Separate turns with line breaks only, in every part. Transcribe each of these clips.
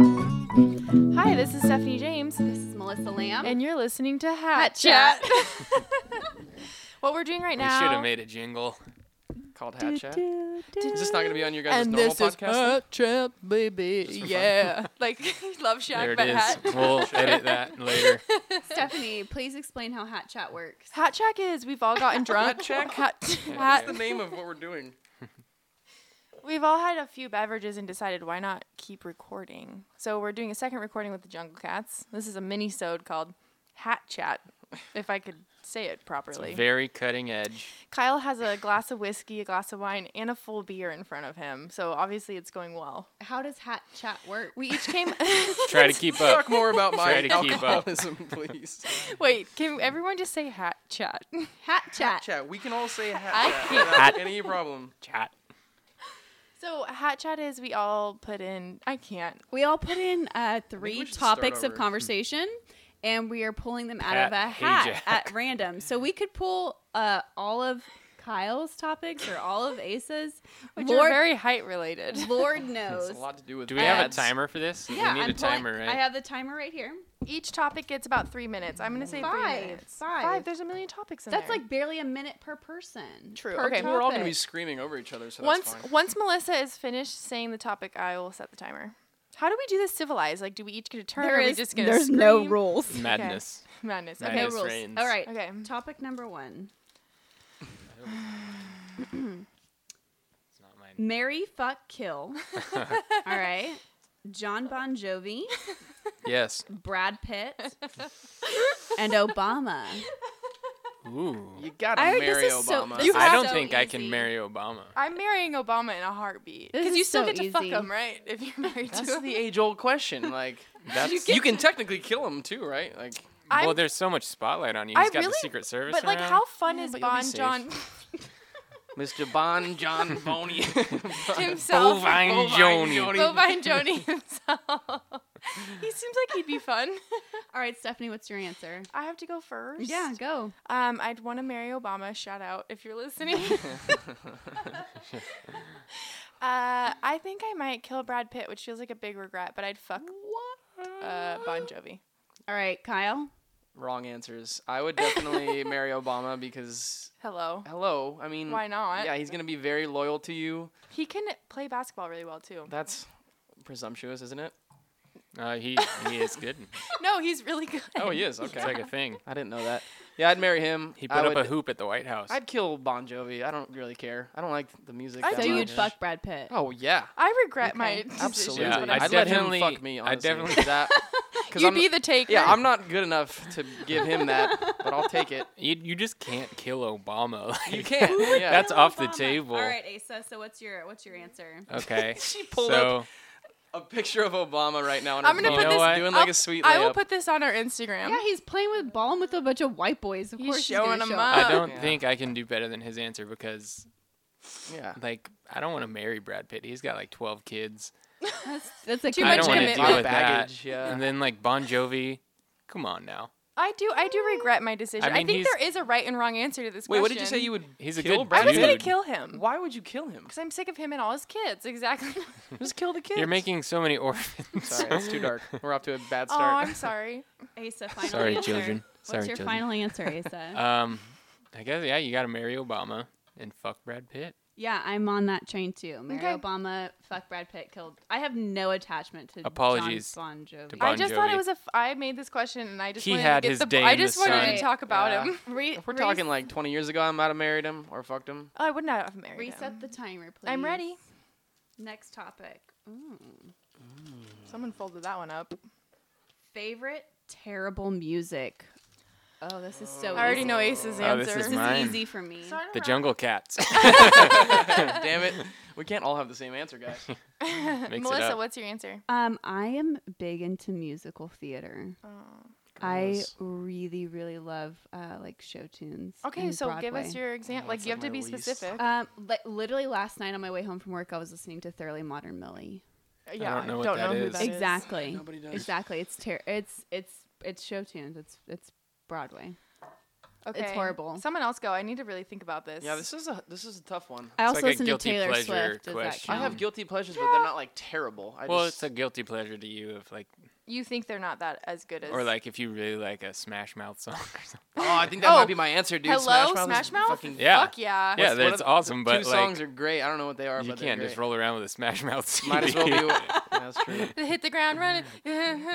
Hi, this is Stephanie James,
This is Melissa Lamb.
and you're listening to Hat
Hat
Chat. what we're doing right
We should
now.
have made a jingle called Hat Chat. Is
Is
this not going to be on your guys'
and
normal
this is
podcast?
Hat Chat, baby.
for fun.
Yeah, like Love Shack,
There it
but
is.
Hat.
We'll edit that later.
Stephanie, please explain how Hat Chat works.
Hat Shack is we've all gotten drunk.
Hat Shack?
Hat,
What's
hat,
the name of what we're doing?
We've all had a few beverages and decided why not keep recording. So we're doing a second recording with the Jungle Cats. This is a mini-sode called Hat Chat, if I could say it properly.
Very cutting edge.
Kyle has a glass of whiskey, a glass of wine, and a full beer in front of him. So obviously it's going well.
How does Hat Chat work?
We each came.
Try to keep up.
Talk more about
Try
my
to keep up.
alcoholism, please.
Wait, can everyone just say hat chat?
Hat Chat.
Chat, we can all say
I
hat chat
can't.
without
Hat.
any problem.
Chat.
So hat chat is we all put in. I can't.
We all put in uh,
we
three
should start
topics of
over.
conversation, and we are pulling them out of
Hat
a hat
Ajax.
at random. So we could pull uh, all of Kyle's topics or all of Asa's.
Which are
Lord,
very height related.
Lord
It's
knows.
a lot to do with
Do we have a
ads.
timer for this?
Yeah,
we need
I'm
a timer,
pulling,
right?
I have the timer right here.
Each topic gets about three minutes. I'm gonna say
Five,
three minutes.
five.
There's a million topics in
That's
there.
like barely a minute per person.
True.
per
Okay.
We're all going to
topic.
be screaming over each other, so
once
that's fine.
once Melissa is finished saying the topic, I will set the timer. How do we do this civilized? Like, do we each get a turn? or
There
are we
is-
just gonna
there's no
scream?
rules.
Madness.
Madness.
Madness.
Okay.
No rules.
reigns.
All right.
Okay.
Topic number one:
It's not mine.
Mary, fuck, kill. All right. John Bon Jovi,
Yes.
Brad Pitt, and Obama.
Ooh.
You got to
I-
marry
this is so-
Obama.
this
You
is
I don't
so
think I can
easy.
marry Obama.
I'm marrying Obama in a heartbeat.
This
Because
is
you still
so
get to fuck
easy.
him, right? If you're married to
That's
him.
the age-old question. Like,
That's
you can technically kill him too, right? Like,
well.
I'm-
There's so much spotlight on you.
I
He's got
really-
the Secret Service
But like,
around.
how fun
Yeah,
is
but you'll be
Bon
safe.
John
Mr. Bon John Boney.
himself?
Bovine Joni.
Bovine Joni himself. he seems like he'd be fun.
All right, Stephanie, what's your answer?
I have to go first.
Yeah, go.
Um, I'd want to marry Obama. Shout out if you're listening. uh, I think I might kill Brad Pitt, which feels like a big regret, but I'd fuck uh,
Mm.
Bon Jovi.
All right, Kyle.
Wrong answers. I would definitely marry Obama because,
Hello.
hello, I mean,
Why not?
Um, Yeah, he's going to be very loyal to you.
He can play basketball really well too.
That's presumptuous, isn't it?
Uh, he he is good.
No, he's really good.
Oh, he is.
It's
Okay.
like a thing.
I didn't know that. Yeah, I'd marry him.
He
I
put up
would,
a hoop at the White House.
I'd kill Bon Jovi. I don't really care. I don't like the music.
I
that
So
do.
much.
you'd fuck Brad Pitt.
Oh yeah,
I regret my
Okay.
decision.
absolutely.
Yeah,
when
I
I
I'd
was-
let him
definitely-
fuck me.
I
Honestly.
definitely-
for that. 'cause
You'd
I'm,
be the taker.
yeah, I'm not good enough to give him that, but I'll take it.
you, you just can't kill Obama. Like,
You can't. yeah.
That's off the table.
All right, Asa. So what's your what's your answer?
Okay.
she pulled
so
up a picture of Obama right now. On
I'm
her
gonna
phone,
put this-
You know
doing
I'll-
like a sweet layup.
I will put this on our Instagram.
Yeah, he's playing with ball with a bunch of white boys. Of
He's
course,
showing
he's gonna
'em
show
up.
I don't
Yeah.
think I can do better than his answer because
yeah.
like I don't want to marry Brad Pitt. He's got like 12 kids.
That's, that's like
Too much
I don't wanna
commitment.
deal with
Baggage,
that.
yeah.
And then like Bon Jovi. Come on now.
I do. I do regret my decision. I,
mean,
think
he's-
there is a right and wrong answer to this
Wait,
question.
what did you say you would?
He's a
kill
good
I
Brad
was
Pitt?
gonna
Dude.
kill him
Why would you kill him?
because I'm sick of him and all his kids. Exactly.
Just kill the kid.
You're making so many orphans.
Sorry, that's too dark. We're off to a bad
oh,
start.
I'm sorry.
Asa, final
Sorry,
answer.
children.
What's
Sorry,
your
children.
final answer, Asa?
Uh,
Um, I guess yeah. You got to marry Obama and fuck Brad Pitt.
Yeah, I'm on that train too. Mary
Okay.
Obama, fuck Brad Pitt, killed. I have no attachment to
Apologies
John Bon Jovi.
to
I
Bon
just thought it
Jovi.
was a. F- I made this question and I just
He
wanted
had
to get
his
the.
day
I
in the
just wanted
sun.
to talk about
Yeah.
him.
Re-
If we're
res-
talking like 20 years ago, I might have married him or fucked him.
Oh, I would not have married him.
reset the timer, please.
I'm ready.
Next topic. Mm. Ooh.
Someone folded that one up.
Favorite terrible music. Oh, this is so.
I already
easy.
know Ace's
Oh,
answer.
this
This
is
is
Mine.
easy for me.
The Jungle Cats
Damn it. We can't all have the same answer, guys.
mix it
Melissa,
up.
what's your answer?
Um, I am big into musical theater.
Oh,
I
Gross.
really, really love uh, like show tunes.
Okay,
and
so give
Broadway.
us your example.
Oh,
like
that's
you have
on
to
my
be
least.
specific.
Um, li- literally last night on my way home from work, I was listening to Thoroughly Modern Millie.
yeah,
don't know what that
who
is.
that is.
exactly.
Nobody does.
Exactly. It's ter- it's it's it's show tunes. It's it's Broadway.
Okay.
horrible.
Someone else go. I need to really think about this.
Yeah, this is a this is a tough one.
I
It's
also
like a
listen to
guilty
Taylor
pleasure
Swift. Does that
question.
I
count?
have guilty pleasures, but they're not like terrible. I
Well,
just,
it's a guilty pleasure to you if like,
you think they're not that as good as
or like if you really like a Smash Mouth song or something.
oh, I think that
Oh,
might be my answer, dude.
Hello,
Smash Mouth. is
Smash Mouth?
Fucking,
Yeah.
Fuck yeah.
Yeah,
What's- what
that's
are-
awesome, but
two
like,
songs are great. I don't know what they are,
you
but
can't
they're
just
great.
roll around with a Smash Mouth CD.
Might as well be. yeah, that's true.
They hit the ground running.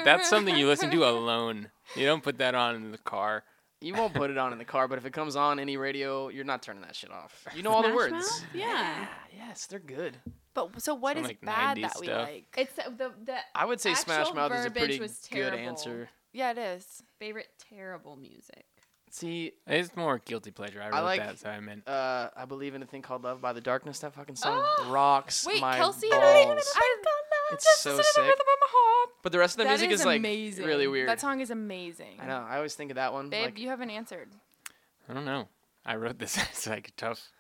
That's something you listen to alone. You don't put that on in the car.
You won't put it on in the car, but if it comes on any radio, you're not turning that shit off. You know all the
Smash
words.
Mouth? Yeah.
Yes, they're good.
But so what
Some,
is
like,
bad
90s
that we
stuff.
like?
It's uh, the the
I would say Smash
actual
Mouth is a
verbiage
pretty
was
good
terrible.
answer.
Yeah, it is.
Favorite terrible music.
See,
It's more guilty pleasure. I wrote
like-
that, so I meant.
uh, I believe in a thing called Love by the Darkness. That fucking song
Oh,
rocks
Wait,
my
Kelsey
balls.
and I. I
It's
just
so
sit in the
sick.
rhythm of my heart.
But the rest of the
That
music is, like
amazing.
really weird.
That song is amazing.
I know. I always think of that one.
Babe,
like,
you haven't answered.
I don't know. I wrote this as like a tough.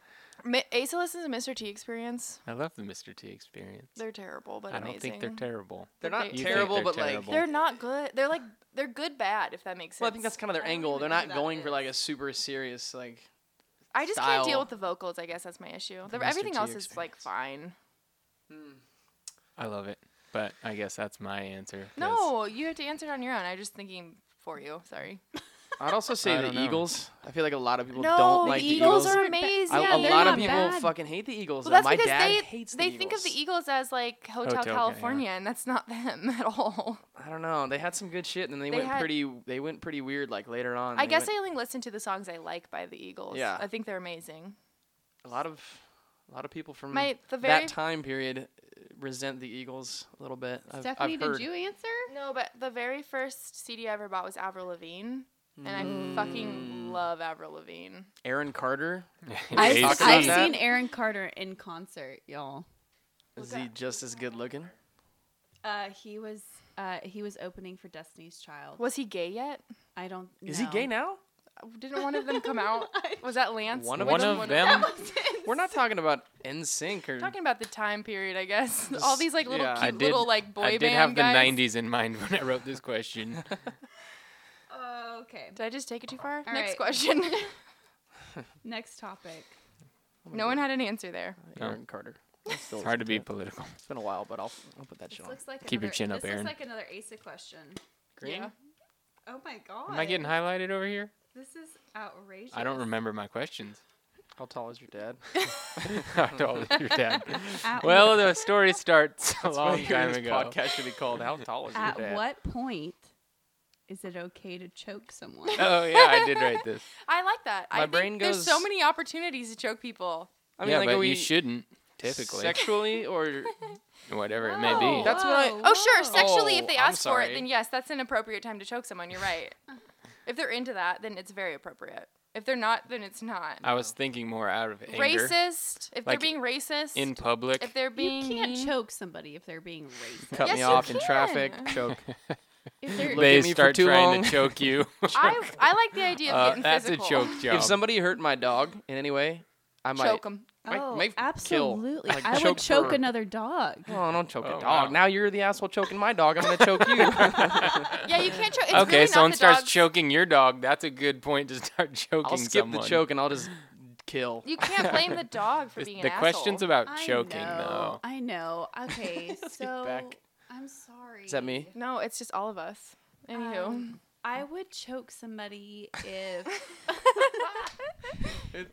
Mi- Asa listens to Mr. T Experience.
I love the Mr. T experience.
They're terrible, but
I don't
amazing.
think they're terrible.
they're
they-
not
You think
terrible,
they're
but
terrible.
like.
They're not good. They're like they're good bad if that makes sense.
Well, I think that's kind of their
I don't
angle.
even
They're
know who
not
that
going for
is.
like a super serious like.
I just can't deal
style.
with the vocals. I guess that's my issue. The,
Mr.
everything
T
else is like fine.
I love it, but I guess that's my answer. 'cause
No, you have to answer it on your own. I'm just thinking for you. Sorry.
I'd also say
I
the
don't know.
Eagles. I feel like a lot of people
no,
don't
the
like
Eagles,
the
are
Eagles.
They're ba-
amazing.
I-
Yeah,
a
they're
lot of
not
people
bad.
fucking hate the Eagles.
Well,
though.
that's
My
because
dad
they
hates the
they
Eagles.
think of the Eagles as like Hotel,
Hotel, yeah.
California, and that's not them at all.
I don't know. They had some good shit, and then they,
They
went
had-
pretty. They went pretty weird, like later on.
I
They
guess
went-
I only listen to the songs I like by the Eagles.
Yeah.
I think they're amazing.
a lot of, a lot of people from
My- the very-
Mm. that time period uh, resent the Eagles a little bit. I've,
Stephanie,
I've heard.
did you answer?
No, but the very first CD I ever bought was Avril Lavigne, and I
Mm.
fucking love Avril Lavigne.
Aaron Carter
I've,
Ace
talked
I've
about that?
seen Aaron Carter in concert, y'all.
is he just as good looking?
Uh, he was uh, he was opening for Destiny's Child.
Was he gay yet?
I don't.
Is he
know.
gay now?
Didn't one of them come out? Was that Lance?
One of
One
Which
of them.
We're not talking about NSYNC or.
Talking about the time period, I guess. All these like little
yeah, I
cute
I did.
little like boy
I did
band
have the
guys.
'90s in mind when I wrote this question.
Oh, okay.
Did I just take it too far?
All
Next
right.
question.
Oh
Next topic.
no one had an answer there.
No.
Oh Aaron Carter. That's still
It's hard to be
listen
political.
It's been a while, but I'll I'll put that shit
This
on.
looks like
Keep your
another-
chin up,
this
Aaron.
looks like another Asa question.
Green.
Yeah.
Oh my god.
Am I getting highlighted over here?
This is outrageous.
I don't remember my questions.
How tall is your dad?
I told your dad.
At
Well, the story starts a
That's what
long time
this
ago.
Podcast should be called "How Tall Is Your
At
Dad?"
what point is it okay to choke someone?
Oh yeah, I did write this.
I like that. I
My
think
brain
There's so
goes-
many opportunities to choke people.
I mean,
yeah,
like,
but
are we
you shouldn't typically.
sexually or
whatever it may be.
Whoa.
That's what I-
Whoa.
Oh, sure. Sexually, if
Oh,
they
I'm
ask for it,
sorry.
then yes, that's an appropriate time to choke someone. You're right. if they're into that, then it's very appropriate. If they're not, then it's not.
I was thinking more out of Uh, anger.
Racist. If they're
Like,
being racist.
in public.
if they're being
you can't
mean.
choke somebody if they're being racist.
cut
Yes,
me
you
off in
can.
traffic, choke.
If they're,
Look
they
at me for
start
too
trying
long.
to choke you.
I, I like the idea of
Uh,
getting
that's
physical.
a choke job.
If somebody hurt my dog in any way, I might
Choke them.
might-
oh,
might kill.
absolutely.
Like,
I would
choke
choke
for-
another dog.
Oh, don't choke
Oh,
a dog.
wow.
Now you're the asshole choking my dog. I'm gonna choke you.
Yeah, you can't choke. It's
okay,
really
someone
not the
starts
dog's-
choking your dog. That's a good point to start choking
I'll skip
someone.
the choke and I'll just kill.
You can't blame the dog for
This-
being
the
an
question's
asshole.
about choking,
I know,
though.
I know. Okay, so
back.
I'm sorry.
Is that me?
No, it's just all of us. Anywho,
Um, I
Oh.
would choke somebody if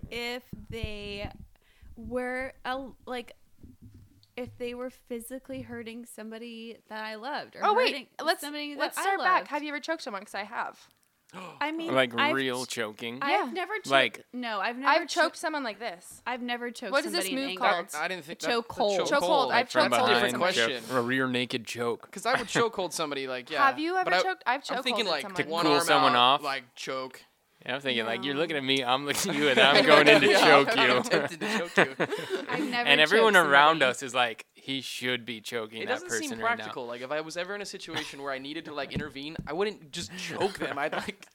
if they were a, like if they were physically hurting somebody that I loved. Or
oh wait,
hurting
let's
somebody
let's
that I
start back.
loved.
Have you ever choked someone? Because I have.
I mean,
Like
I've
real
ch-
choking.
Yeah.
I've never choked.
Like-
no, I've never
I've
cho-
choked someone like this.
I've never choked.
What is this
somebody in
move
anger.
called?
I didn't think
Choke hold.
Choke hold. I've
from
choked someone.
behind,
Different
question.
choke- a rear naked choke.
Because I would choke hold somebody like yeah.
Have you ever
but I-
choked? I've
I'm
choke
thinking
holded
like
someone.
one
Cool
arm
someone
out,
off.
like choke.
Yeah, I'm thinking like you're
No.
looking at me, I'm looking at you, and I'm going in to
Yeah,
choke
I'm
you.
tempted to choke you.
I've never.
and everyone
choked
around
somebody.
us is like, he should be choking
It
that
doesn't
person
seem
right
practical. Like if I was ever in a situation where I needed to like intervene, I wouldn't just choke them. I'd like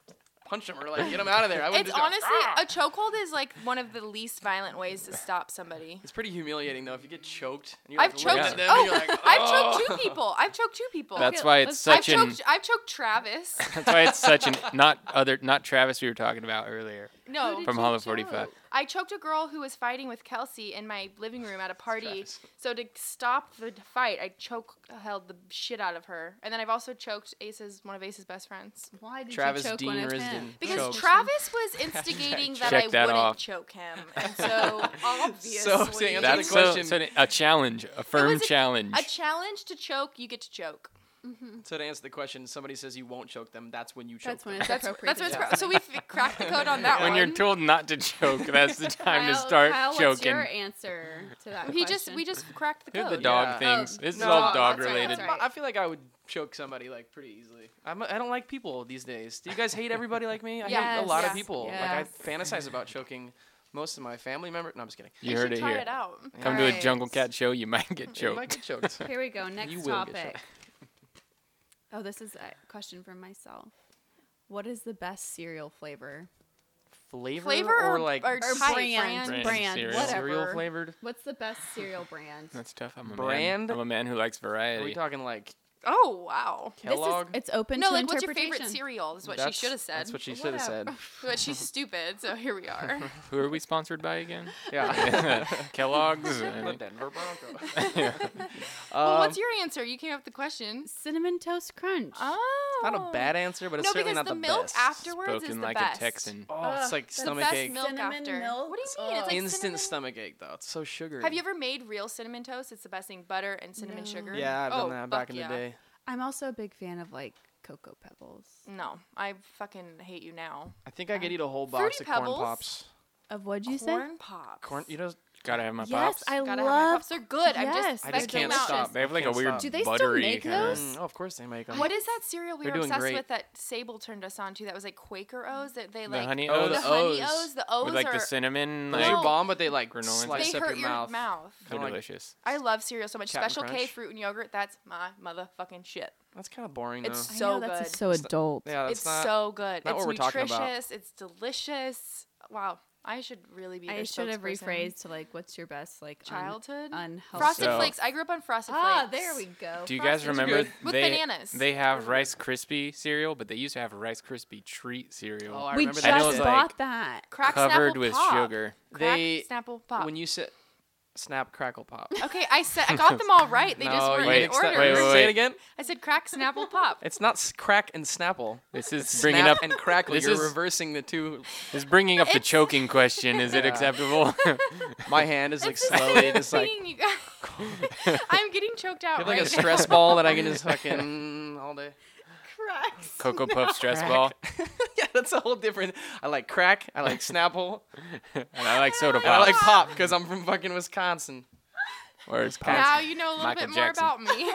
punch him or like get him out of there. I would
It's
just go,
honestly
"Ah!"
a chokehold is like one of the least violent ways to stop somebody.
It's pretty humiliating though if you get choked. And you
I've
have to look
choked.
At them and
oh,
you're
I've
like,
choked
"Oh."
two people. I've choked two people.
That's
Okay,
why
let's-
it's
I've
such an.
choked. I've choked Travis.
That's why it's such an not other not Travis we were talking about earlier
No,
from Hollow 45.
I choked a girl who was fighting with Kelsey in my living room at a party.
Travis.
So to stop the fight, I choke held the shit out of her. And then I've also choked Ace's one of Ace's best friends.
Why did
Travis
you choke
Dean
one of
Risden.
him?
Because
Choked.
Travis was instigating that I
Check that
wouldn't
off.
choke him. And so obviously
answer the
That's so,
question.
so a challenge, a firm
was a-
challenge.
a challenge to choke, you get to choke. Mm-hmm.
So to answer the question, somebody says you won't choke them. That's when you choke
That's when
them.
it's
That's
appropriate.
that's
to
what's pro-
choke.
so we've cracked the code on that
when
one.
you're told not to choke, that's the time to
Kyle-
start
Kyle,
choking.
What's your answer to that
he just we
question?
just cracked the
Here are
code.
the dog
Yeah.
things.
Oh,
this is
no,
all dog
that's right,
related.
that's right.
I feel like I would choke somebody like pretty easily. I'm, I don't like people these days. Do you guys hate everybody like me? I hate
Yes.
a lot
Yes.
of people.
Yes.
Like I fantasize about choking most of my family members. No, I'm just kidding.
We
You heard
should
it
try
here.
it out.
Come to a
Alright.
jungle cat show, you might get
You
choked.
might get choked.
Here we go. Next
will get
topic.
choked.
Oh, this is a question from myself. What is the best cereal flavor?
Flavor,
Flavor
or
or-
like
or
Or
Type,
brand,
brand.
brand,
Brand cereal.
whatever.
cereal flavored.
What's the best cereal brand?
That's tough. I'm a
Brand?
Man. I'm a man who likes
Are we
variety.
talking like
Oh wow.
This is-
Kellogg?
it's open
No,
to
like what's your
interpretation.
favorite cereal? Is what she
That's-
should have said.
That's what she should have said.
Whatever.
But she's stupid, so here we are.
Who are we sponsored by again?
Yeah.
Kellogg's.
The
and-
Denver Broncos.
well,
Um,
what's your answer? You came up with the question.
Cinnamon Toast Crunch.
Oh.
Not a bad answer, but it's
No,
certainly
because
not
the
the,
milk
best.
afterwards is
Spoken
the
like
best.
a Texan.
Oh, it's
Ugh,
like
the
stomach
best
ache.
milk
Cinnamon
after.
milk. uh,
What do you mean? It's like cinnamon-
Instant stomach ache though. It's so sugary.
Have you ever made real cinnamon toast? It's the best thing. Butter and cinnamon
No.
sugar.
Yeah, I've done
Oh,
that back
fuck
in
yeah.
the day.
I'm also a big fan of like Cocoa Pebbles.
No, I fucking hate you now.
I think I could eat a whole box
Fruity
of corn
Pebbles?
pops.
Of what'd you
Corn
say?
pops.
Corn, you know,
Gotta have my
yes,
pops.
I
Gotta have my
love.
pops. They're good. I'm
Yes,
just
I
They're
just can't
them out.
stop.
They have like a
Can't
weird
stop.
Do they still
buttery
make
kinda-
those?
Mm, oh, of course they make them.
What is that cereal we
They're
were
doing
obsessed
great.
with that Sable turned us on to? That was like Quaker O's. That they
The
like
honey
Oh,
O's.
the
the
honey
O's.
O's. The O's
with like
are
the cinnamon.
Those
like,
No.
are bomb, but they like
Granola
slice
they
up
hurt your mouth.
They're
Kinda like-
delicious.
I love cereal so much.
Captain
Special K
Crunch?
fruit and yogurt. That's my motherfucking shit.
That's kind of boring.
It's
though.
I
so
know, that's
good.
so adult.
yeah, that's
it's
not.
so good.
not
it's
what we're talking
nutritious.
about.
It's delicious. Wow. I should really be.
I
their
should have
spokesperson.
rephrased to like, what's your best like un-
Childhood.
unhealthy?
Frosted
So-
Flakes. I grew up on Frosted
Ah,
Flakes.
there we go.
Do you guys
Frosted
remember
good.
With
they
bananas.
they have Rice Krispie cereal, but they used to have Rice Krispie treat cereal
Oh, I
We
remember
just
that. I know it's
bought
like-
that.
Crack
covered
Snapple
with
Pop.
sugar.
Crack
They-
Snapple Pop.
When you sit, snap, crackle, pop.
okay, I said I got them all right. They
no,
just
you
weren't in
wait,
mixed
order.
up-
Wait, wait,
Say it
wait.
again.
I said crack Snapple Pop.
It's not s- crack and snapple.
This is
Bring
bringing
Snap
up
and crackle.
This
You're
is
reversing the two.
is bringing up the
It's-
choking question. Is it
Yeah.
acceptable?
My hand is like
It's the
slowly
same
just like.
thing, you guys. I'm getting choked out
I have like
right
a stress ball that I can just fucking all day.
Cracks.
Cocoa Puff stress ball,
yeah, that's a whole different. I like crack. I like Snapple.
and I like soda
and I
pop.
like pop because I'm from fucking Wisconsin.
Where's
now.
pop?
Now you know a little
Michael
bit
Jackson.
more about me.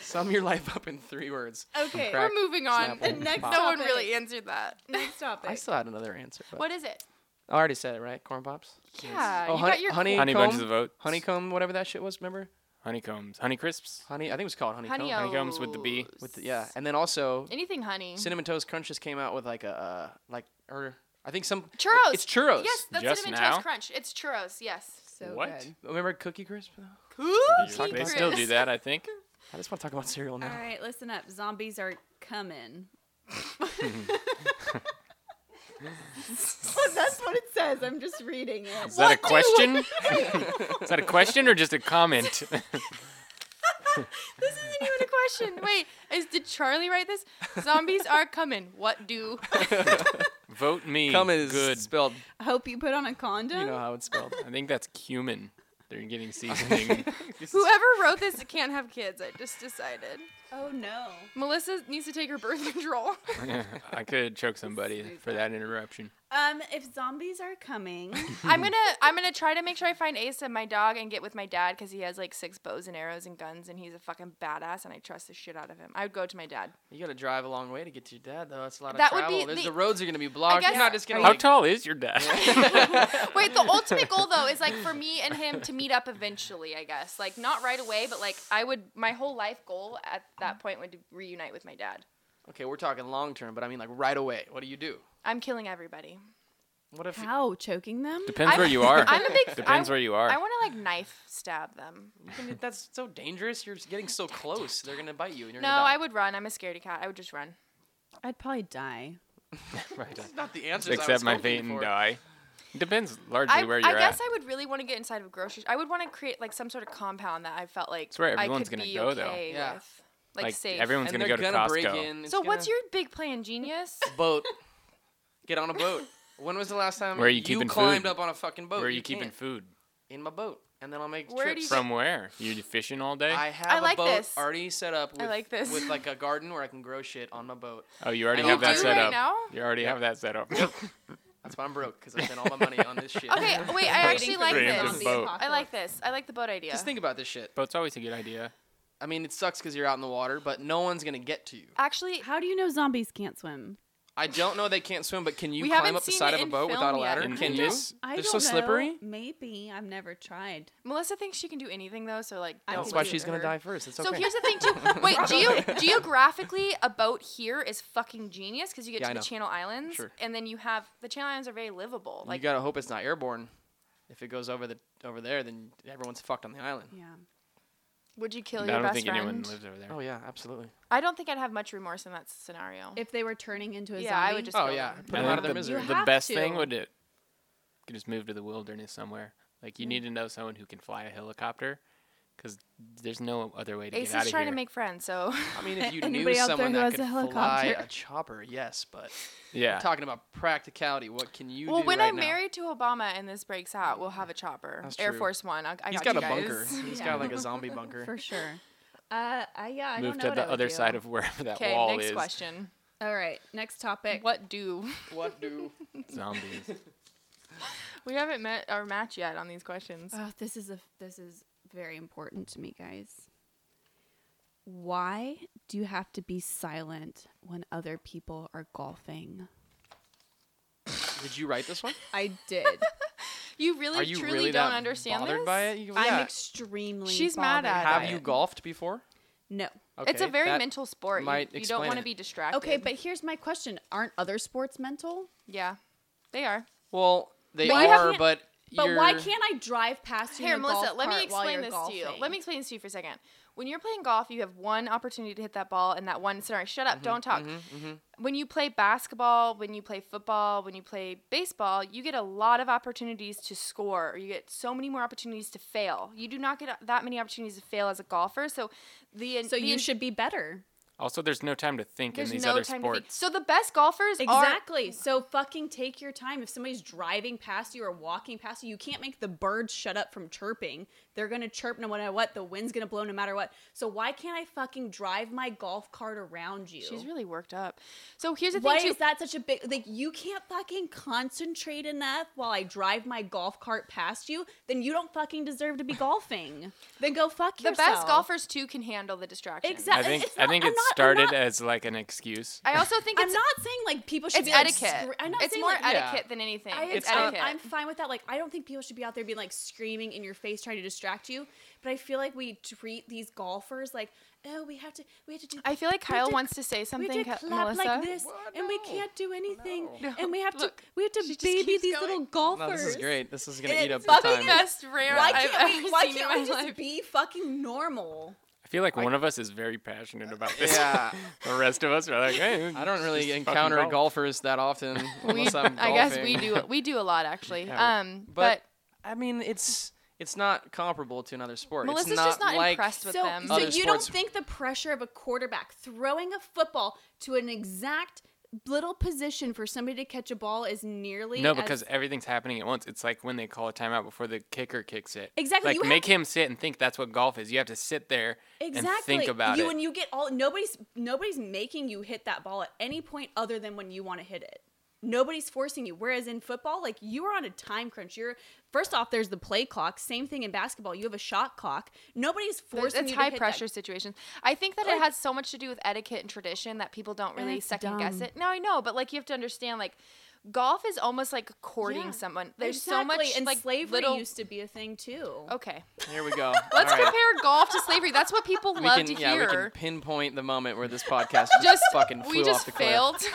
Sum your life up in three words.
Okay.
Crack.
We're moving on.
Snapple,
The
The next
no one
topic.
really answered that.
Next topic.
I still had another answer. But
What is it?
I already said it, right? Corn pops.
Yeah,
Oh,
you
honey-
got your
honey-
Honey bunches
Comb?
of oats.
Honeycomb, whatever that shit was. Remember?
honeycombs, honey crisps.
Honey, I think it was called honeycomb.
honey uh,
honeycombs with the bee.
O's.
With the, yeah, and then also
Anything honey.
cinnamon toast crunch just came out with like a uh, like or I think some
churros.
It's churros.
Yes, that's
Just
cinnamon
now?
toast crunch. It's churros. Yes.
so
What?
good.
Remember Cookie Crisp? though?
Cookie
They still do
crisp.
that, I think.
I just want to talk about cereal now.
All right, listen up. Zombies are coming. that's what it says. I'm just reading
Is
it.
that a question? is that a question or just a comment?
This isn't even a question. Wait, is did Charlie write this? Zombies are coming. What do?
Vote me.
Cum is
good.
spelled.
I hope you put on a condom.
You know how it's spelled.
I think that's cumin. They're getting seasoning.
Whoever wrote this can't have kids. I just decided.
oh no.
Melissa needs to take her birth control.
I could choke somebody for that interruption.
Um, if zombies are coming,
I'm gonna I'm gonna try to make sure I find Asa, my dog, and get with my dad because he has like six bows and arrows and guns, and he's a fucking badass, and I trust the shit out of him. I would go to my dad.
You gotta drive a long way to get to your dad, though. That's a lot
That
of
would be
travel. There's
the-
the roads are gonna be blocked.
guess-
You're not just gonna.
How
like,
tall is your dad?
Wait, the ultimate goal though is like for me and him to meet up eventually, I guess. Like not right away, but like I would my whole life goal at that point would to reunite with my dad.
okay, we're talking long term, but I mean like right away. What do you do?
I'm killing everybody.
What if
How? Choking them?
I-
Depends where you are.
I'm a big-
Depends
I-
where you are.
I want to like knife stab them.
I mean, that's so dangerous? You're getting so close. They're gonna bite you, and you're
No,
gonna die.
I would run. I'm a scaredy cat. I would just run.
I'd probably die.
Right.
That's not the answer.
Accept my fate
hoping
and
for.
die. Depends largely
I,
where
I
you're
guess
at.
I would really want to get inside of a grocery. Sh- I would want to create like some sort of compound that I felt like
It's where
I
everyone's
could
gonna
be
go, though.
okay
Yeah.
with, like, safe.
everyone's
And
gonna go
they're
to
gonna break
Costco.
in. It's
so what's
gonna-
your big plan, genius?
boat? Get on a boat. When was the last time
Where are you keeping
climbed
food?
up on a fucking boat?
Where are you keeping
can't.
food?
In my boat, and then I'll make
Where do
trips.
you
From where? You fishing all day?
I have
I like
a boat
this.
already set up. With,
like this.
with like a garden where I can grow shit on my boat.
oh, you already
I
have
don't
that
do
set
right
up.
now.
You already have that set up.
That's why I'm broke because I spent all my money on this shit.
Okay, wait. I actually like
Creating
this.
this boat.
I like this. I like the boat idea.
Just think about this shit.
Boat's always a good idea.
I mean, it sucks because you're out in the water, but no one's gonna get to you.
Actually,
How do you know zombies can't swim?
I don't know they can't swim, but can you
We
climb
haven't
up the
seen it
side of a
in
boat
film
without a
yet.
ladder?
In-
Can
I
you?
don't-
I
They're
don't
so
know.
slippery.
Maybe I've never tried.
Melissa thinks she can do anything though, so like
I
don't
That's why
listen
she's
to
gonna
her.
die first. It's okay.
So here's the thing too. Wait, geo- geographically, a boat here is fucking genius because you get
Yeah, I
to
know.
the Channel Islands,
Sure.
and then you have the Channel Islands are very livable. Like
you gotta hope it's not airborne. If it goes over the over there, then everyone's fucked on the island.
Yeah.
Would you kill
I
your
don't
best
think
friend?
anyone lives over there.
Oh yeah, absolutely.
I don't think I'd have much remorse in that scenario.
If they were turning into a
yeah,
zombie,
I would just.
Oh
kill
yeah,
them.
put them
I
out of their
think
You
misery.
The
have
best
to.
thing would it could just move to the wilderness somewhere. Like
Mm.
you need to know someone who can fly a helicopter, because there's no other way to
Ace
get out
is
of
trying
here.
to make friends, so
I mean, if you
Anybody
knew
out there
someone
who
that
has
could
a
fly
helicopter?
a chopper, yes, but
yeah,
talking about practicality, what can you
well,
do
when
right
I'm
now?
married to Obama and this breaks out, we'll have a chopper,
That's
Air
true.
Force One. I, I
He's
got,
got
you
a
guys.
bunker. He's
Yeah.
got like a zombie bunker.
for sure. Uh, I, yeah, I
move
don't know
to
what I
the
would
other
do.
side of wherever that
Okay,
wall
next
is.
question.
All right, next topic.
What do
What do?
Zombies.
we haven't met our match yet on these questions?
Oh, this is a this is very important to me, guys. Why do you have to be silent when other people are golfing?
Did you write this one?
I did.
You really,
Are you
truly
really
don't
that
understand
bothered
this?
by it? You-
I'm
yeah.
extremely.
She's mad
bothered
at
by
Have
it.
you golfed before?
No.
it's a
Okay,
very
that-
mental sport. You-
might
You, don't
explain
want
it.
to be distracted.
Okay, but here's my question: Aren't other sports mental?
yeah, they are.
Well, they
But you
are,
can't-
but
But
you're,
why can't I drive past you?
Here,
in a
Melissa,
golf
let me
cart while
explain
you're
this to you.
golfing?
Let me explain this to you for a second. When you're playing golf, you have one opportunity to hit that ball and that one scenario. Shut
Mm-hmm,
up, don't talk. When you play basketball, when you play football, when you play baseball, you get a lot of opportunities to score. or You get so many more opportunities to fail. You do not get that many opportunities to fail as a golfer. So the
So
the-
you should be better.
Also, there's no time to think
there's
in these
no
other
time to think.
sports.
So the best golfers are
Exactly. so fucking take your time. If somebody's driving past you or walking past you, you can't make the birds shut up from chirping. They're gonna chirp no matter what. The wind's gonna blow no matter what. So why can't I fucking drive my golf cart around you?
She's really worked up. So here's the
why
thing
is
too.
that such a big like you can't fucking concentrate enough while I drive my golf cart past you? Then you don't fucking deserve to be golfing. then go fuck
the
yourself.
best golfers too can handle the distraction.
Exact-
I think
It's
I
not-
think
I'm
it
not- I'm
started
not-
as like an excuse.
I also think
I'm
it's
not saying like people should
it's
be like,
etiquette.
scr- I'm not
it's
saying,
more
like,
etiquette
Yeah.
than anything.
I,
it's
I'm,
etiquette.
I'm fine with that. Like, I don't think people should be out there being like screaming in your face trying to distract you. But I feel like we treat these golfers like, oh, we have to, we have to do.
I feel like
we have
Kyle wants to say
we have
something, Ka-
clap
Melissa.
like this,
Well,
and we
no.
can't do anything,
No.
and we have
Look,
to, we have to
she just
baby
keeps
these
going.
little golfers.
No, Oh, this is great. This is gonna
It's
eat up your
fucking
time.
nuts.
Best rant
Why
I've
can't we?
ever
Why
seen
can't
in
we
my
just
life.
be fucking normal?
I feel like one of us is very passionate about this.
Yeah,
the rest of us are like, hey,
I don't really
just fucking
encounter
golf.
golfers that often
We,
unless I'm golfing.
I guess we do. We do a lot actually.
Yeah,
um,
But,
but,
I mean, it's it's not comparable to another sport.
Melissa's
it's not
just not
like,
impressed with
so,
them.
So
Other
you don't
sports-
think the pressure of a quarterback throwing a football to an exact little position for somebody to catch a ball is nearly
No,
as-
because everything's happening at once. It's like when they call a timeout before the kicker kicks it.
Exactly,
Like
you have
make him sit and think that's what golf is. You have to sit there
exactly
and think about
you
it.
when you get all nobody's nobody's making you hit that ball at any point other than when you want to hit it. Nobody's forcing you. Whereas in football, like you are on a time crunch. You're first off, there's the play clock. Same thing in basketball. You have a shot clock. Nobody's
there's-
forcing
it's
you
high
to hit
pressure situations. I think that it
Like-
has so much to do with etiquette and tradition that people don't really
it's
second guess
dumb.
it. No, I know, but like you have to understand, like golf is almost like courting
Yeah,
someone.
That.
There's so much
Exactly, and
like
slavery
little. Oh,
used to be a thing too.
okay,
Here we go.
let's
All right.
compare golf to slavery. That's what people
We
love
can,
to
yeah,
hear.
we can pinpoint the moment where this podcast
just
fucking flew
we just
off the cliff.
failed.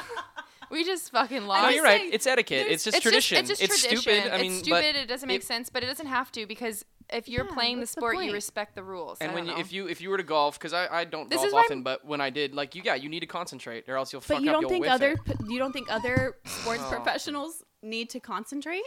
We just fucking lost.
I'm
No,
just
Oh, you're right.
saying,
It's etiquette.
there's-
It's just tradition.
It's, just tradition.
stupid. I mean,
it's
but
stupid. It doesn't make
it-
sense, but it doesn't have to because if you're
Yeah,
playing the
what's the
sport, you
point?
respect the rules. I
and when
don't
you,
know.
if you if you were to golf, because I, I don't
This
golf
is why
often, but when I did, like you, yeah, you need to concentrate, or else you'll fuck
But you
up.
don't
you'll
think
whiff
other
it.
p- you don't think other sports
Oh.
professionals need to concentrate?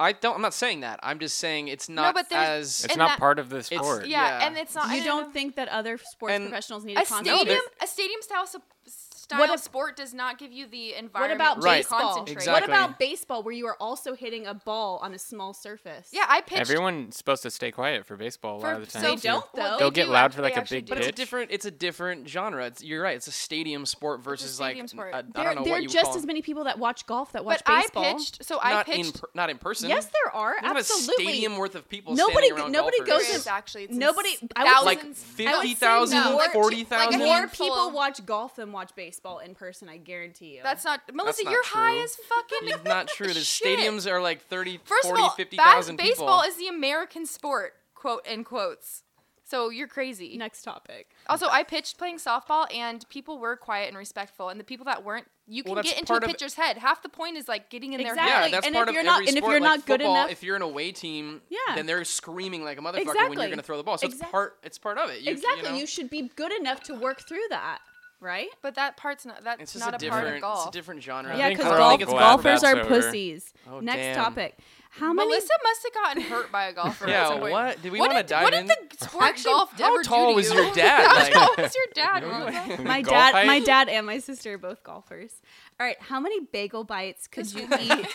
I don't. I'm not saying that. I'm just saying it's
No,
not
but there's-
as.
and
It's not
that-
part of the sport.
yeah,
yeah.
and it's not. I
You don't
know.
think that other sports
And
professionals need to
a
concentrate?
stadium a stadium style sup- style
What ab-
sport does not give you the
What
environment
about
to
Right.
baseball?
concentrate.
Exactly.
What about baseball where you are also hitting a ball on a small surface?
Yeah, I pitched.
Everyone's supposed to stay quiet for baseball a lot of the time.
so
They
too.
don't,
well,
though.
they
They'll
get
do
loud
act-
for, like,
they
a
actually
big
do.
But it's a
pitch.
different. It's a different genre. It's, you're right. It's a stadium sport versus
stadium
like
sport.
I I
There,
don't know
there
what
are
you would
just
call
as many people that watch golf that watch
But I
baseball.
pitched. So I
not in
pitched.
per, not in person.
Yes, there are.
You don't have
absolutely.
a stadium worth of people.
Nobody-
standing around
nobody
There
golfers.
goes
is actually it's
nobody-
ins-
I would-
like
thousands.
I would say
50,000,
no.
Like a
40,000.
handful.
More people watch golf than watch baseball in person. I guarantee you.
That's not Melissa.
not
Oh, you're high
true.
as fucking.
It's not true. The
shit.
stadiums are like 30,
First
40,
of all, bas-
50,000 people.
baseball is the American sport, quote in quotes. So you're crazy.
next topic.
Also, I pitched playing softball, and people were quiet and respectful. And the people that weren't, you can
Well, that's
get into a
part of-
pitcher's head. Half the point is like getting in their
Exactly.
head.
yeah, that's
and if
part of
you're
every
not- and if
sport.
you're
like
not good
football,
enough-
if you're an away team,
Yeah.
then they're screaming like a motherfucker when
Exactly.
you're going to throw the ball. So
Exact-
it's part. It's part of it. You,
exactly.
You, know,
should be good enough to work through that, right?
But that part's not. That's
it's just
not
a
a, part
different.
of golf.
It's a different genre.
Yeah,
think
because
we're all
golf,
glad golfers
golfers
that's
are
are over.
pussies.
pussies.
Oh,
next
damn.
topic. How many?
Melissa must have gotten hurt by a golfer.
Yeah,
at some point.
what? Did we
What
wanna
did-
dive
What
in?
did the sport
Actually,
golf
how
ever do
tall
to
was
you?
your dad?
how
Like-
tall was your dad? Melissa?
my
Golf
dad,
height?
my dad, and my sister are both golfers. All right, how many bagel bites could you eat?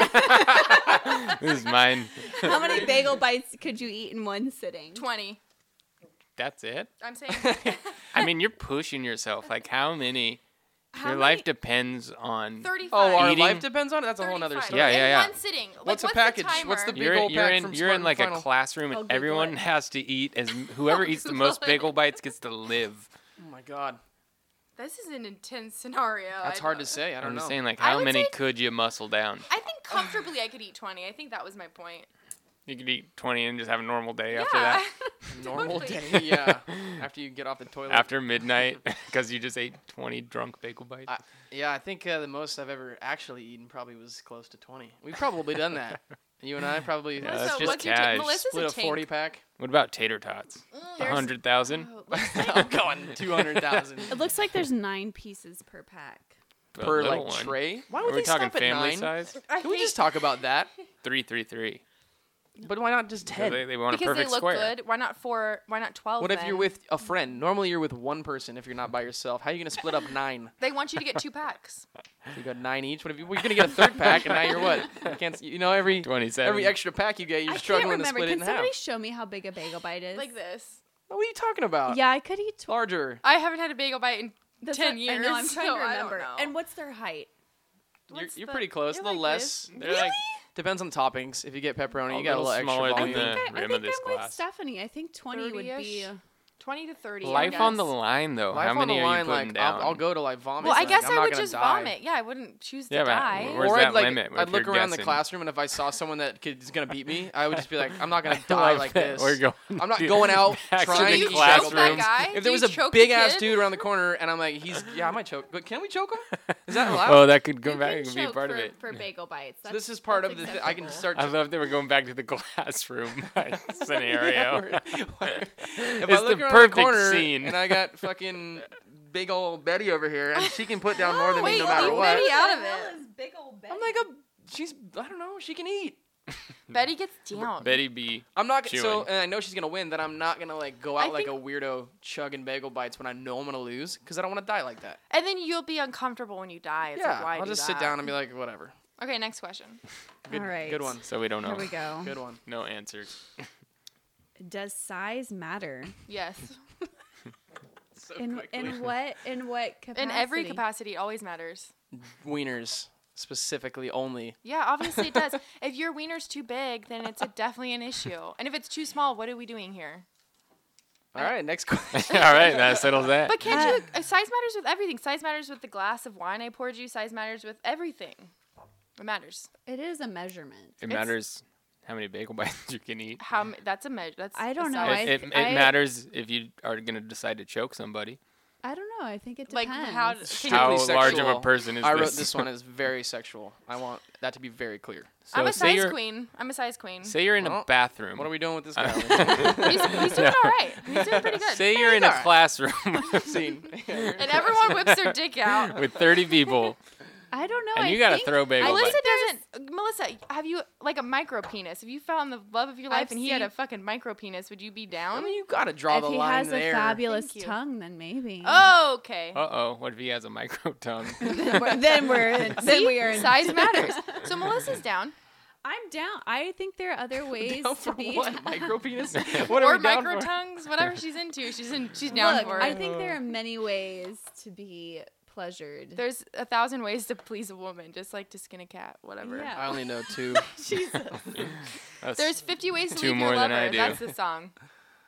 This is mine.
how many bagel bites could you eat in one sitting?
Twenty.
That's it.
I'm saying.
Oh,
I mean, you're pushing yourself. Like, how many?
How
your
many-
life depends on.
Thirty-five.
Oh, our
Eating-
life depends on it. That's a whole other
35.
story.
Yeah, yeah, yeah.
In one sitting. Like,
What's a
the
package? What's
timer?
the-
You're,
Big ol'
you're
pack
in
from
you're in
Spartan
like
Final.
a classroom
I'll
and
Google
everyone
it.
has to eat as whoever eats the most
Google it.
bagel bites gets to live.
Oh my god,
This is an intense scenario.
that's
I
hard
know.
to say. I don't
I'm
know.
just saying like
I
how
would
many
say-
could you muscle down?
I think comfortably I could eat 20. I think that was my point.
You could eat 20 and just have a normal day after
Yeah.
that.
Normal
Totally.
day. Yeah. After you get off the toilet.
After midnight because you just ate 20 drunk bagel bites.
I, yeah, I think uh, the most I've ever actually eaten probably was close to 20. We've probably done that. You and I probably
Yeah, that's
So
just
what's your take?
cash.
Melissa's
split a
tank. Mm,
40 pack.
What about tater tots? A
There's-
100,000?
Oh,
I'm going 200,000
It looks like there's nine pieces per pack.
The
per
little
like
one.
tray. Why
Are
would
we
they
talking
stop at
family
nine?
size?
I
Can we
hate-
just talk about that?
333.
But why not just
'Cause
10?
They, they want a
because they
perfect
look
square.
good. Why not four? Why not 12?
What if you're
then?
with a friend? Normally you're with one person if you're not by yourself. How are you going to split up nine?
They want you to get two packs.
You got nine each. What if you, well, you're going to get a third pack and now you're what? You can't s- you know every
27.
every extra pack you get you're
I can't
struggling to
remember.
split it
Can
in half.
somebody show me how big a bagel bite is?
like this.
What are you talking about?
Yeah, I could eat twelve.
Larger.
I haven't had a bagel bite in 10
what-
years.
I know, I'm trying
so
to
I don't
remember.
know.
And what's their height?
You're,
What's
you're
the-
pretty close.
you're
a little
like
less.
this?
They're like depends on toppings. If you get pepperoni, you got a
little
little extra
smaller than
volume.
the-
I, I
rim
think I'm
of this
with
glass.
Stephanie. I think 20 would be.
30-ish? 20 to 30. I
Life on the
guess.
line, though.
Life
how many
on the
are
line,
you putting
like
down?
I'll, I'll go to like vomit.
Well, I
like,
guess
I'm
I
not
would
gonna
just
die.
vomit. Yeah, I wouldn't choose to
Yeah, but
die.
where's
or
that
I'd, like,
limit if
I'd look
you're
around the
guessing?
classroom, and if I saw someone that kid is gonna beat me, I would just be like, I'm not gonna
I
die
love
like
that.
this.
We're going
I'm not
to-
going out
back to
trying
the
to eat
choke that
bagel bites.
guy?
If
Do
there
you
was a
choke the
big ass
kid?
dude around the corner, and I'm like, he's yeah, I might choke, but can we choke him? Is that allowed?
Oh, that could
You
come back
can
and be
choke
part
for-
of it.
For bagel bites.
So
That's-
this is part
that's
of the. Th- I can
acceptable.
start.
I love that we're going back to the classroom scenario.
Yeah, we're- if
It's
I look
the
around
perfect
the corner
scene.
and I got fucking big old Betty over here, and she can put down more than me
wait,
no matter
leave
what.
Betty out of
hell
it.
is big old Betty?
I'm like a. She's. I don't know. She can eat.
Betty gets down.
Betty B.
I'm not gonna so,
Chewing.
and I know she's gonna win. That I'm not gonna like go out like a
think-
weirdo chugging bagel bites when I know I'm gonna lose because I don't want to die like that.
And then you'll be uncomfortable when you die. It's
yeah,
like, why
I'll
do
just
that?
sit down and be like, whatever.
Okay, next question.
Good,
All right.
good one.
So we don't know.
Here we go.
Good one.
No answer.
Does size matter?
Yes.
So
In, in what in what capacity?
In every capacity, it always matters.
Wieners specifically only.
Yeah, obviously it does. if your wiener's too big, then it's a, definitely an issue. And if it's too small, what are we doing here?
All right, next question.
All right, that settles that.
But can't you? uh, Size matters with everything. Size matters with the glass of wine I poured you. Size matters with everything. It matters.
It is a measurement.
it matters how many bagel bites you can eat.
How m- that's a measure. That's
I
a
don't know.
size.
I-
It, it, it
I-
matters if you are going to decide to choke somebody.
I don't know. I think it
Like,
depends.
how d- can
How
you-
Strictly
large of a
sexual.
person is
I
this?
wrote this one as very sexual. I want that to be very clear.
So
I'm a
say
size
you're
queen. I'm a size queen.
say you're in a
Well,
bathroom.
What are we doing with this guy?
he's, he's doing all right. He's doing pretty good.
Say you're in a
alright.
classroom
Scene.
and everyone whips their dick out.
with 30 people,
I don't know.
and
I
you got a
think-
throw bagel.
Melissa
but
doesn't. Melissa, have you like a micro penis? If you found the love of your life
I've
and he had a
seen-
fucking micro penis, would you be
I
down?
mean, you gotta draw
if
the
he
line
has
there.
a fabulous
Thank you.
tongue, then maybe.
Oh, okay.
Uh oh, what if he has a micro tongue?
then we're then, we're, then we are in.
Size matters. So Melissa's down.
I'm down. I think there are other ways to
Down for
be.
what? Micro penis?
What
or
we down
micro
for?
tongues, whatever she's into, she's in. She's down
Look,
for it.
I think there
Oh.
are many ways to be pleasured.
There's a thousand ways to please a woman, just like to skin a cat, whatever.
Yeah.
I only know two.
Jesus.
That's-
There's 50 ways to
Two
leave
more
your
than
lover.
I do.
That's the song. Hit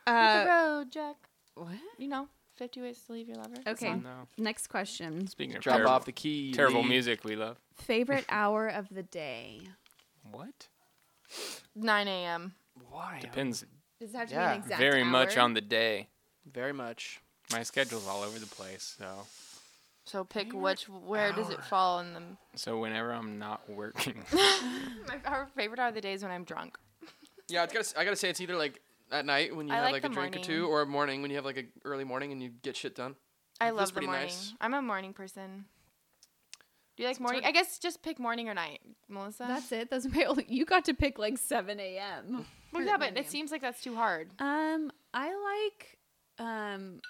the
Uh,
road, Jack.
what?
You know, 50 ways to leave your lover. It's
Okay.
on.
no.
Next question.
Speaking of
Drop
terrible,
off the key.
terrible
leave.
music we love.
Favorite hour of the day?
What?
9 a.m.
Why?
Depends
Does it have to be
Yeah,
an exact
very much
hour?
on the day.
Very much.
My schedule's all over the place, so
So pick which, where does it fall in the.
so whenever I'm not working,
My, our favorite hour of the day is when I'm drunk.
Yeah, it's gotta, s- I gotta say it's either like at night when you
I
have
like
like, a
the
drink or
morning.
two, or a morning when you have like a early morning and you get shit done.
I
That's
love the
pretty
morning.
nice.
I'm a morning person. Do you like
It's
morning?
hard-
I guess just pick morning or night, Melissa.
That's it. That's my only. You got to pick like 7 a.m.
well,
for
yeah, but
morning.
it seems like that's too hard.
Um, I like. Um,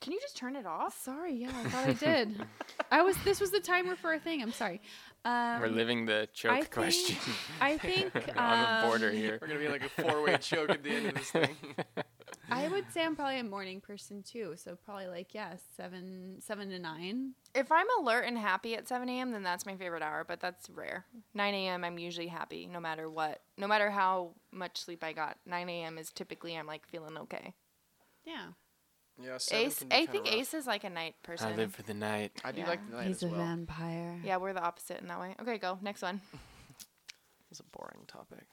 Can you just turn it off?
sorry. Yeah, I thought I did. I was. This was the timer for a thing. I'm sorry. Um,
we're living the choke
think-
question
I think
uh,
on the border
um,
here.
We're gonna be like a four-way choke at the end of this thing.
I would say I'm probably a morning person too. So probably like yeah, seven seven to nine.
If I'm alert and happy at 7 a.m., then that's my favorite hour, but that's rare. 9 a.m., I'm usually happy no matter what. No matter how much sleep I got, 9 a.m. is typically I'm like feeling okay.
Yeah.
Yeah, seven
Ace,
can be
I
kinda
think
rough.
Ace is like a night
I
person.
live for the night.
I do
Yeah.
like the night as well.
vampire.
Yeah, we're the opposite in that way. Okay, go. Next one.
It's a boring topic.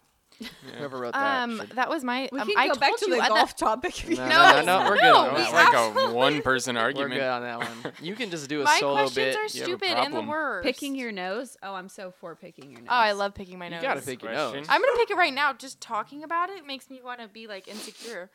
Whoever wrote that.
Um,
should-
that was my.
We
um,
can
I
go back
told
to
you
the
at
golf topic. if you-
No,
No,
no, no, we're good
no,
on
we
That's
that
like
one.
a one person
Oh, We're
argument.
good on that one. You can just do a
My
solo
questions
bit.
are
you have a
stupid and the
problem.
worst.
Picking your nose. Oh, I'm so for picking your nose.
Oh, I love picking my
you
nose.
gotta pick your
Question.
nose.
I'm gonna pick it right now. Just talking about it makes me want to be like insecure.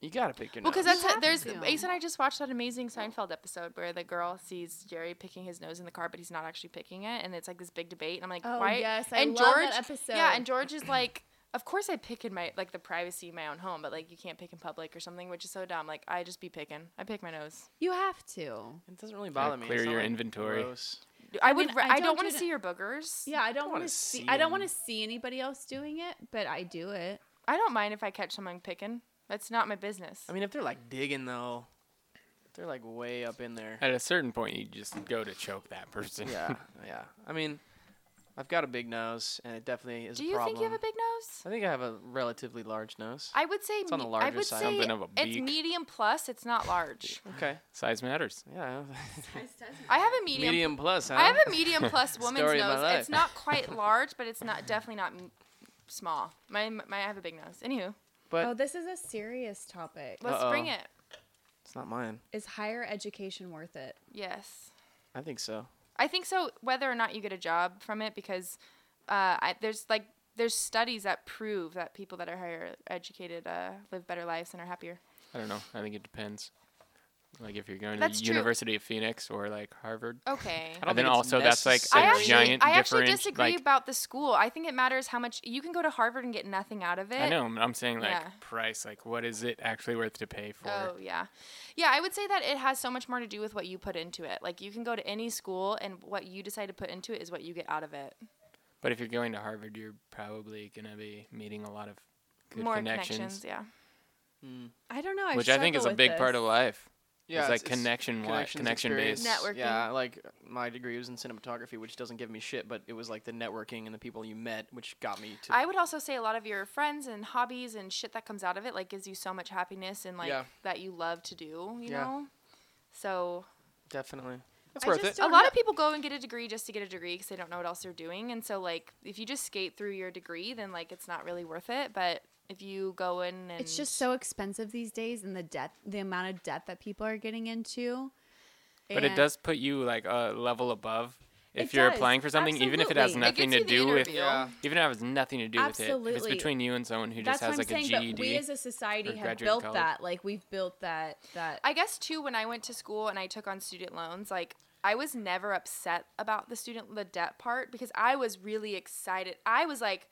You gotta pick your
Well,
nose.
because that's
You have
a, there's
to.
Ace and I just watched that amazing Seinfeld episode where the girl sees Jerry picking his nose in the car, but he's not actually picking it, and it's like this big debate. And I'm like,
Oh,
why?
yes, I
and
love
George,
that episode.
yeah, and George is like. Of course, I pick in my like the privacy of my own home, but like you can't pick in public or something, which is so dumb. Like I just be picking. I pick my nose.
You have to.
It doesn't really bother me.
clear
It's not,
your
like,
inventory.
gross.
I,
I
would.
mean,
ra-
I
I, don't
don't do
want to
that-
see your boogers.
Yeah, I don't
wanna
want to see.
see
I don't
him.
want to see anybody else doing it, but I do it.
I don't mind if I catch someone picking. That's not my business.
I mean, if they're like digging though, if they're like way up in there.
At a certain point, you just go to choke that person.
yeah, yeah. I mean, I've got a big nose, and it definitely is
Do
a
you
problem.
think you have a big nose?
I think I have a relatively large nose.
I would say
It's on the
me- I
larger
would
side.
say
Something of a
it's
beak.
medium plus. It's not large.
Okay.
Size matters.
Yeah.
I have a medium.
Medium plus, huh?
I have a medium plus woman's
Story of my
nose.
life.
It's not quite large, but it's not definitely not m- small. My, my I have a big nose. Anywho,
Oh,
but
this is a serious topic.
let's bring
Uh-oh.
it.
it's not mine.
Is higher education worth it?
Yes,
I think so.
I think so. Whether or not you get a job from it, because uh, I, there's like there's studies that prove that people that are higher educated uh, live better lives and are happier.
I don't know. I think it depends. Like if you're going
That's
to
true.
University of Phoenix or like Harvard.
Okay.
And
don't
then
think it's
also that's like a
I actually,
giant
I actually
difference.
disagree
like,
about the school. I think it matters how much you can go to Harvard and get nothing out of it.
I know. I'm- I'm saying like
Yeah.
price. Like what is it actually worth to pay for?
Oh yeah, yeah. I would say that it has so much more to do with what you put into it. Like you can go to any school, and what you decide to put into it is what you get out of it.
But if you're going to Harvard, you're probably gonna be meeting a lot of good
More
connections,
connections, yeah.
I don't know. I
which I think is a big part of life.
Yeah,
it's like
it's- it's
connection, wi-
connections,
connection
experience.
based.
Network.
Yeah, like my degree was in cinematography, which doesn't give me shit, but it was like the networking and the people you met, which got me to.
I would also say a lot of your friends and hobbies and shit that comes out of it like gives you so much happiness and like
Yeah.
that you love to do. You
Yeah.
know. So
definitely. That's
I
worth
just
it.
a
don't
lot
know-
of people go and get a degree just to get a degree because they don't know what else they're doing, and so like if you just skate through your degree, then like it's not really worth it. But if you go in and
It's just so expensive these days, and the debt, the amount of debt that people are getting into.
But it
And-
does put you like a level above if
It
you're
does,
applying for something, even if it has
It
nothing
gets
to
you the
do with
interview.
Yeah.
even if it has nothing to do with it. If
Absolutely.
it's between you and someone who
That's
just has
what
like
I'm
a E
saying.
GED.
But we as a society
or
have
graduated
built
college.
that. Like we've built that. That
I guess too when I went to school and I took on student loans, like I was never upset about the student the debt part because I was really excited. I was like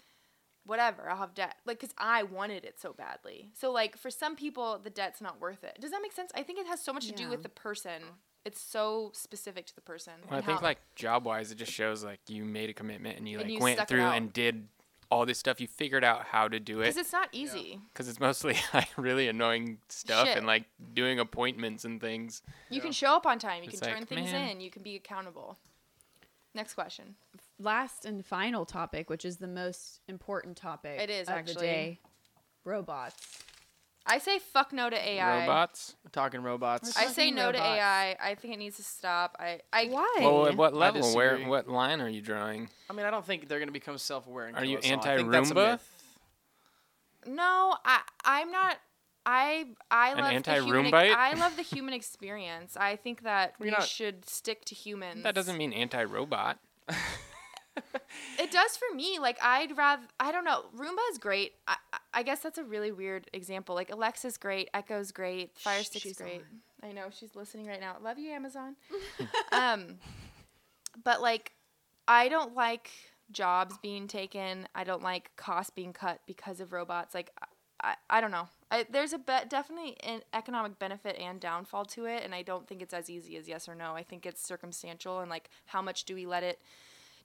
whatever, I'll have debt. Like cuz I wanted it so badly. So like for some people the debt's not worth it. Does that make sense? I think it has so much to do
Yeah.
with the person. It's so specific to the person.
Well, I
and
think
how-
like job wise, it just shows like you made a commitment and you
And
like
you
went
stuck it
through
out.
and did all this stuff. You figured out how to do it
cuz it's not easy.
because it's mostly like really annoying stuff
Shit.
and like doing appointments and things.
You can show up on time, you
It's
can turn
like,
things
man.
in, you can be accountable. Next question.
Last and final topic, which is the most important topic.
It is,
of the
actually.
day. robots.
I say fuck no to AI.
Robots.
Talking robots.
I
Fucking
say no to
robots.
AI. I think it needs to stop. I, I
Why?
Well, at what
I
level? Where?
disagree.
What line are you drawing?
I mean, I don't think they're going to become self-aware. And
Are
kill
you
us all. I think that's a
anti-Roomba?
myth.
No, I I'm not. I I
An
love the human.
anti-roombite?
I love the human experience. I think that
We're
we
not-
should stick to humans.
That doesn't mean anti-robot.
It does for me. Like I'd rather. I don't know. Roomba is great. I I- I guess that's a really weird example. Like Alexa's great. Echo's great. Fire
Shh,
Stick's
she's
great. I know she's listening right now. Love you, Amazon. um, but like, I don't like jobs being taken. I don't like costs being cut because of robots. Like, I, I don't know. I, there's a be- definitely an economic benefit and downfall to it, and I don't think it's as easy as yes or no. I think it's circumstantial and like how much do we let it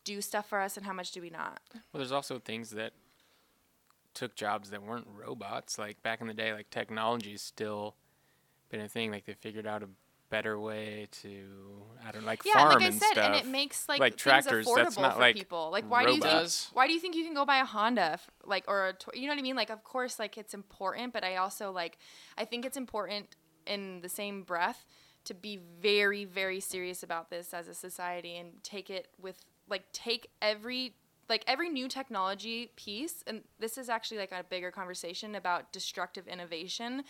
do stuff for us and how much do we not.
Well, there's also things that took jobs that weren't robots. Like back in the day, like technology's still been a thing. Like they figured out a better way to, I don't know, like
Yeah,
farm
like I
and
said,
stuff.
and it makes like,
Like
things
tractors,
affordable
that's not
for
like
people. Like why do you think
robots.
why do you think you can go buy a Honda f- like or a Tor- you know what I mean? Like of course like it's important, but I also like I think it's important in the same breath to be very very serious about this as a society and take it with like take every like every new technology piece and this is actually like a bigger conversation about destructive innovation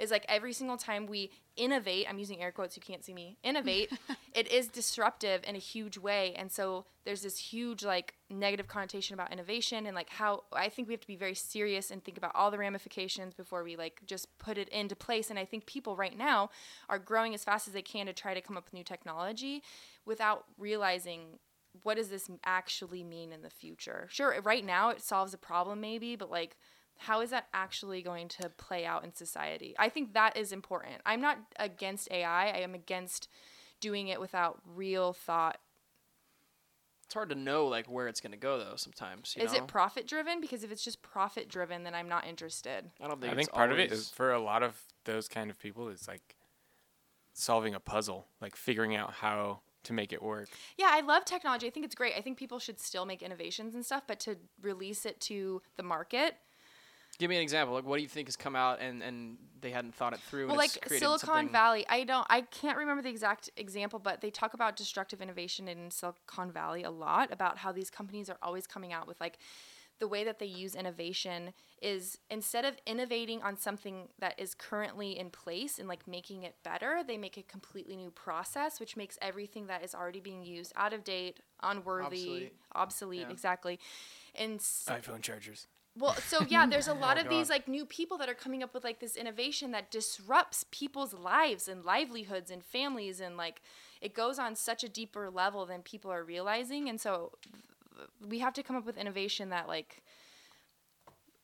is like every single time we innovate i'm using air quotes you can't see me innovate it is disruptive in a huge way and so there's this huge like negative connotation about innovation and like how i think we have to be very serious and think about all the ramifications before we like just put it into place and i think people right now are growing as fast as they can to try to come up with new technology without realizing what does this actually mean in the future? Sure, right now it solves a problem maybe, but like how is that actually going to play out in society? I think that is important. I'm not against AI. I am against doing it without real thought.
It's hard to know like where it's going to go though. Sometimes you
is
know?
it profit driven? Because if it's just profit driven, then I'm not interested.
I don't think.
I
it's
think part of it
always-
is for a lot of those kind of people is like solving a puzzle, like figuring out how to make it work.
Yeah, I love technology. I think it's great. I think people should still make innovations and stuff, but to release it to the market
Give me an example. Like, what do you think has come out and and they hadn't thought it through?
Well,
and it's
like
created
Silicon
something-
Valley, I don't, I can't remember the exact example, but they talk about destructive innovation in Silicon Valley a lot about how these companies are always coming out with like the way that they use innovation is instead of innovating on something that is currently in place and like making it better, they make a completely new process, which makes everything that is already being used out of date, unworthy, obsolete,
Obsolete. Yeah.
exactly. And s-
iPhone chargers.
well, so yeah, there's a lot
Oh,
of these
God.
like new people that are coming up with like this innovation that disrupts people's lives and livelihoods and families and like it goes on such a deeper level than people are realizing and so th- we have to come up with innovation that like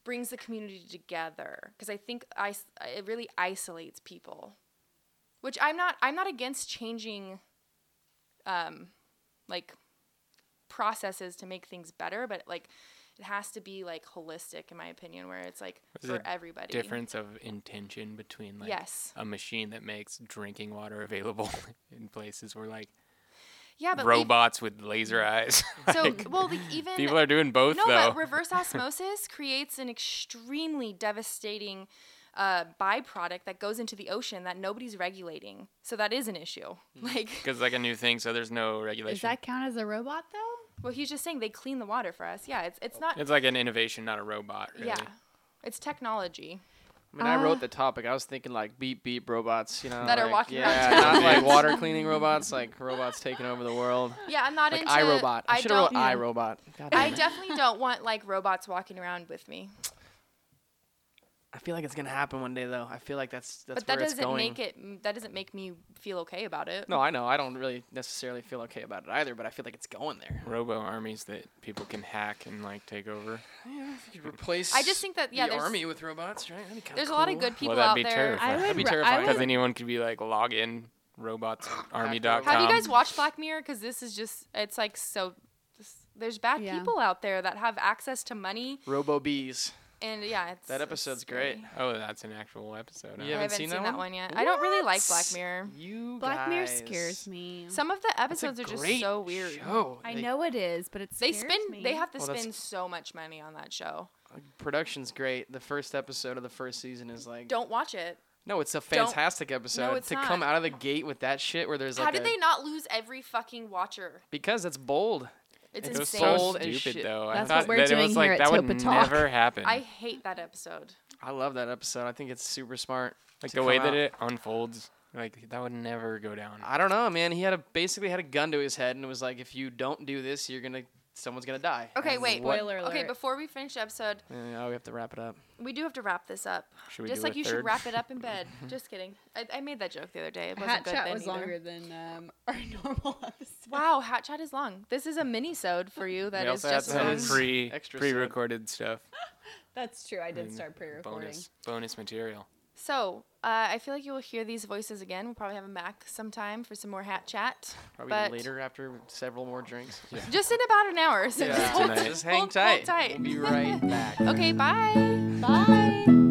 brings the community together because I think I it really isolates people. Which I'm not I'm not against changing um like processes to make things better, but like it has to be like holistic in my opinion, where it's like
There's
for
a
everybody.
Difference of intention between like
Yes.
a machine that makes drinking water available in places where like
Yeah, but like,
robots with laser eyes.
so
Like,
well, like even
people are doing both
no,
though.
but reverse osmosis creates an extremely devastating uh, byproduct that goes into the ocean that nobody's regulating. So that is an issue.
Mm.
Like,
because like a new thing, so there's no regulation.
Does that count as a robot though?
well, he's just saying they clean the water for us. Yeah, it's it's not.
It's like an innovation, not a robot. Really.
Yeah, It's technology.
I mean, I wrote
Ah.
the topic. I was thinking like beep beep robots, you know,
Um, That are
like-
walking around
Yeah,
town.
not like water cleaning robots, like robots taking over the world.
Yeah, I'm not
Like
into.
iRobot. I,
I
should have wrote
don't.
iRobot. God
I
damn it.
definitely don't want like robots walking around with me.
I feel like it's gonna happen one day though. I feel like that's that's
but that
where it's
doesn't
going.
make it. That doesn't make me feel okay about it.
no, I know. I don't really necessarily feel okay about it either, but I feel like it's going there.
Robo armies that people can hack and like take over.
You could replace.
I just think that- yeah,
the
there's-
army with robots, right? That'd be kinda
There's a lot of
cool.
good people
that'd
out
be
there.
terrifying.
I
That'd
would.
be
ri-
terrifying.
I
Because
would,
anyone could be like log in robotsarmy.com.
Have you guys watched Black Mirror? Because this is just. It's like so. this- There's bad
Yeah.
people out there that have access to money,
Robo bees.
and yeah, it's,
That
it's
episode's
scary.
great.
Oh, that's an actual episode. huh?
You
I
haven't
haven't
seen
seen,
that
that
one?
one, yet. I don't really like Black
What?
Mirror.
You
Black Mirror
guys.
scares me.
Some of the
It's a
episodes are just
great
so weird.
show.
I
They-
know it is, but it's
They spend. They have to
Well, that's-
spend so much money on that show.
Production's great. The first episode of the first season is like
Don't watch it.
No, it's a fantastic episode.
No, it's
to come
not.
out of the gate with that shit where there's like
How did
a-
they not lose every fucking watcher?
because it's bold.
It's
It was
insane.
so
Bold as
stupid
shit.
though.
That's
I
what
thought
we're
that it
doing
was like
here at
that would
Topa Talk.
never happen.
I hate that episode.
I love that episode. I think it's super smart.
like
to
the way
come
that
out.
it unfolds. Like that would never go down.
Uh,
I don't know, man. He had a basically had a gun to his head and was like, if you don't do this, you're gonna someone's gonna die.
Okay,
And
wait.
what-
Spoiler
Okay,
alert.
before we finish the episode,
Yeah, we have to wrap it up.
we do have to wrap this up.
Should we
Just
do
like
a
you should
third?
wrap it up in bed. Just kidding. I, I made that joke the other day. It wasn't
Hat
good
chat
then
was
either.
longer than um, our normal episode.
Wow, hat chat is long. This is a mini-sode for you. That
we
is
also had
just
some
one.
pre
Extra stuff.
pre-recorded stuff.
That's true. I did
and
start pre-recording.
Bonus bonus material.
So, uh, I feel like you will hear these voices again. We'll probably have them back sometime for some more hat chat.
Probably
but
later after several more drinks.
Just in about an hour. So
Yeah.
just
Tonight.
hold,
Just hang
hold-
tight.
Hold tight.
We'll be right back.
okay, bye.
Bye.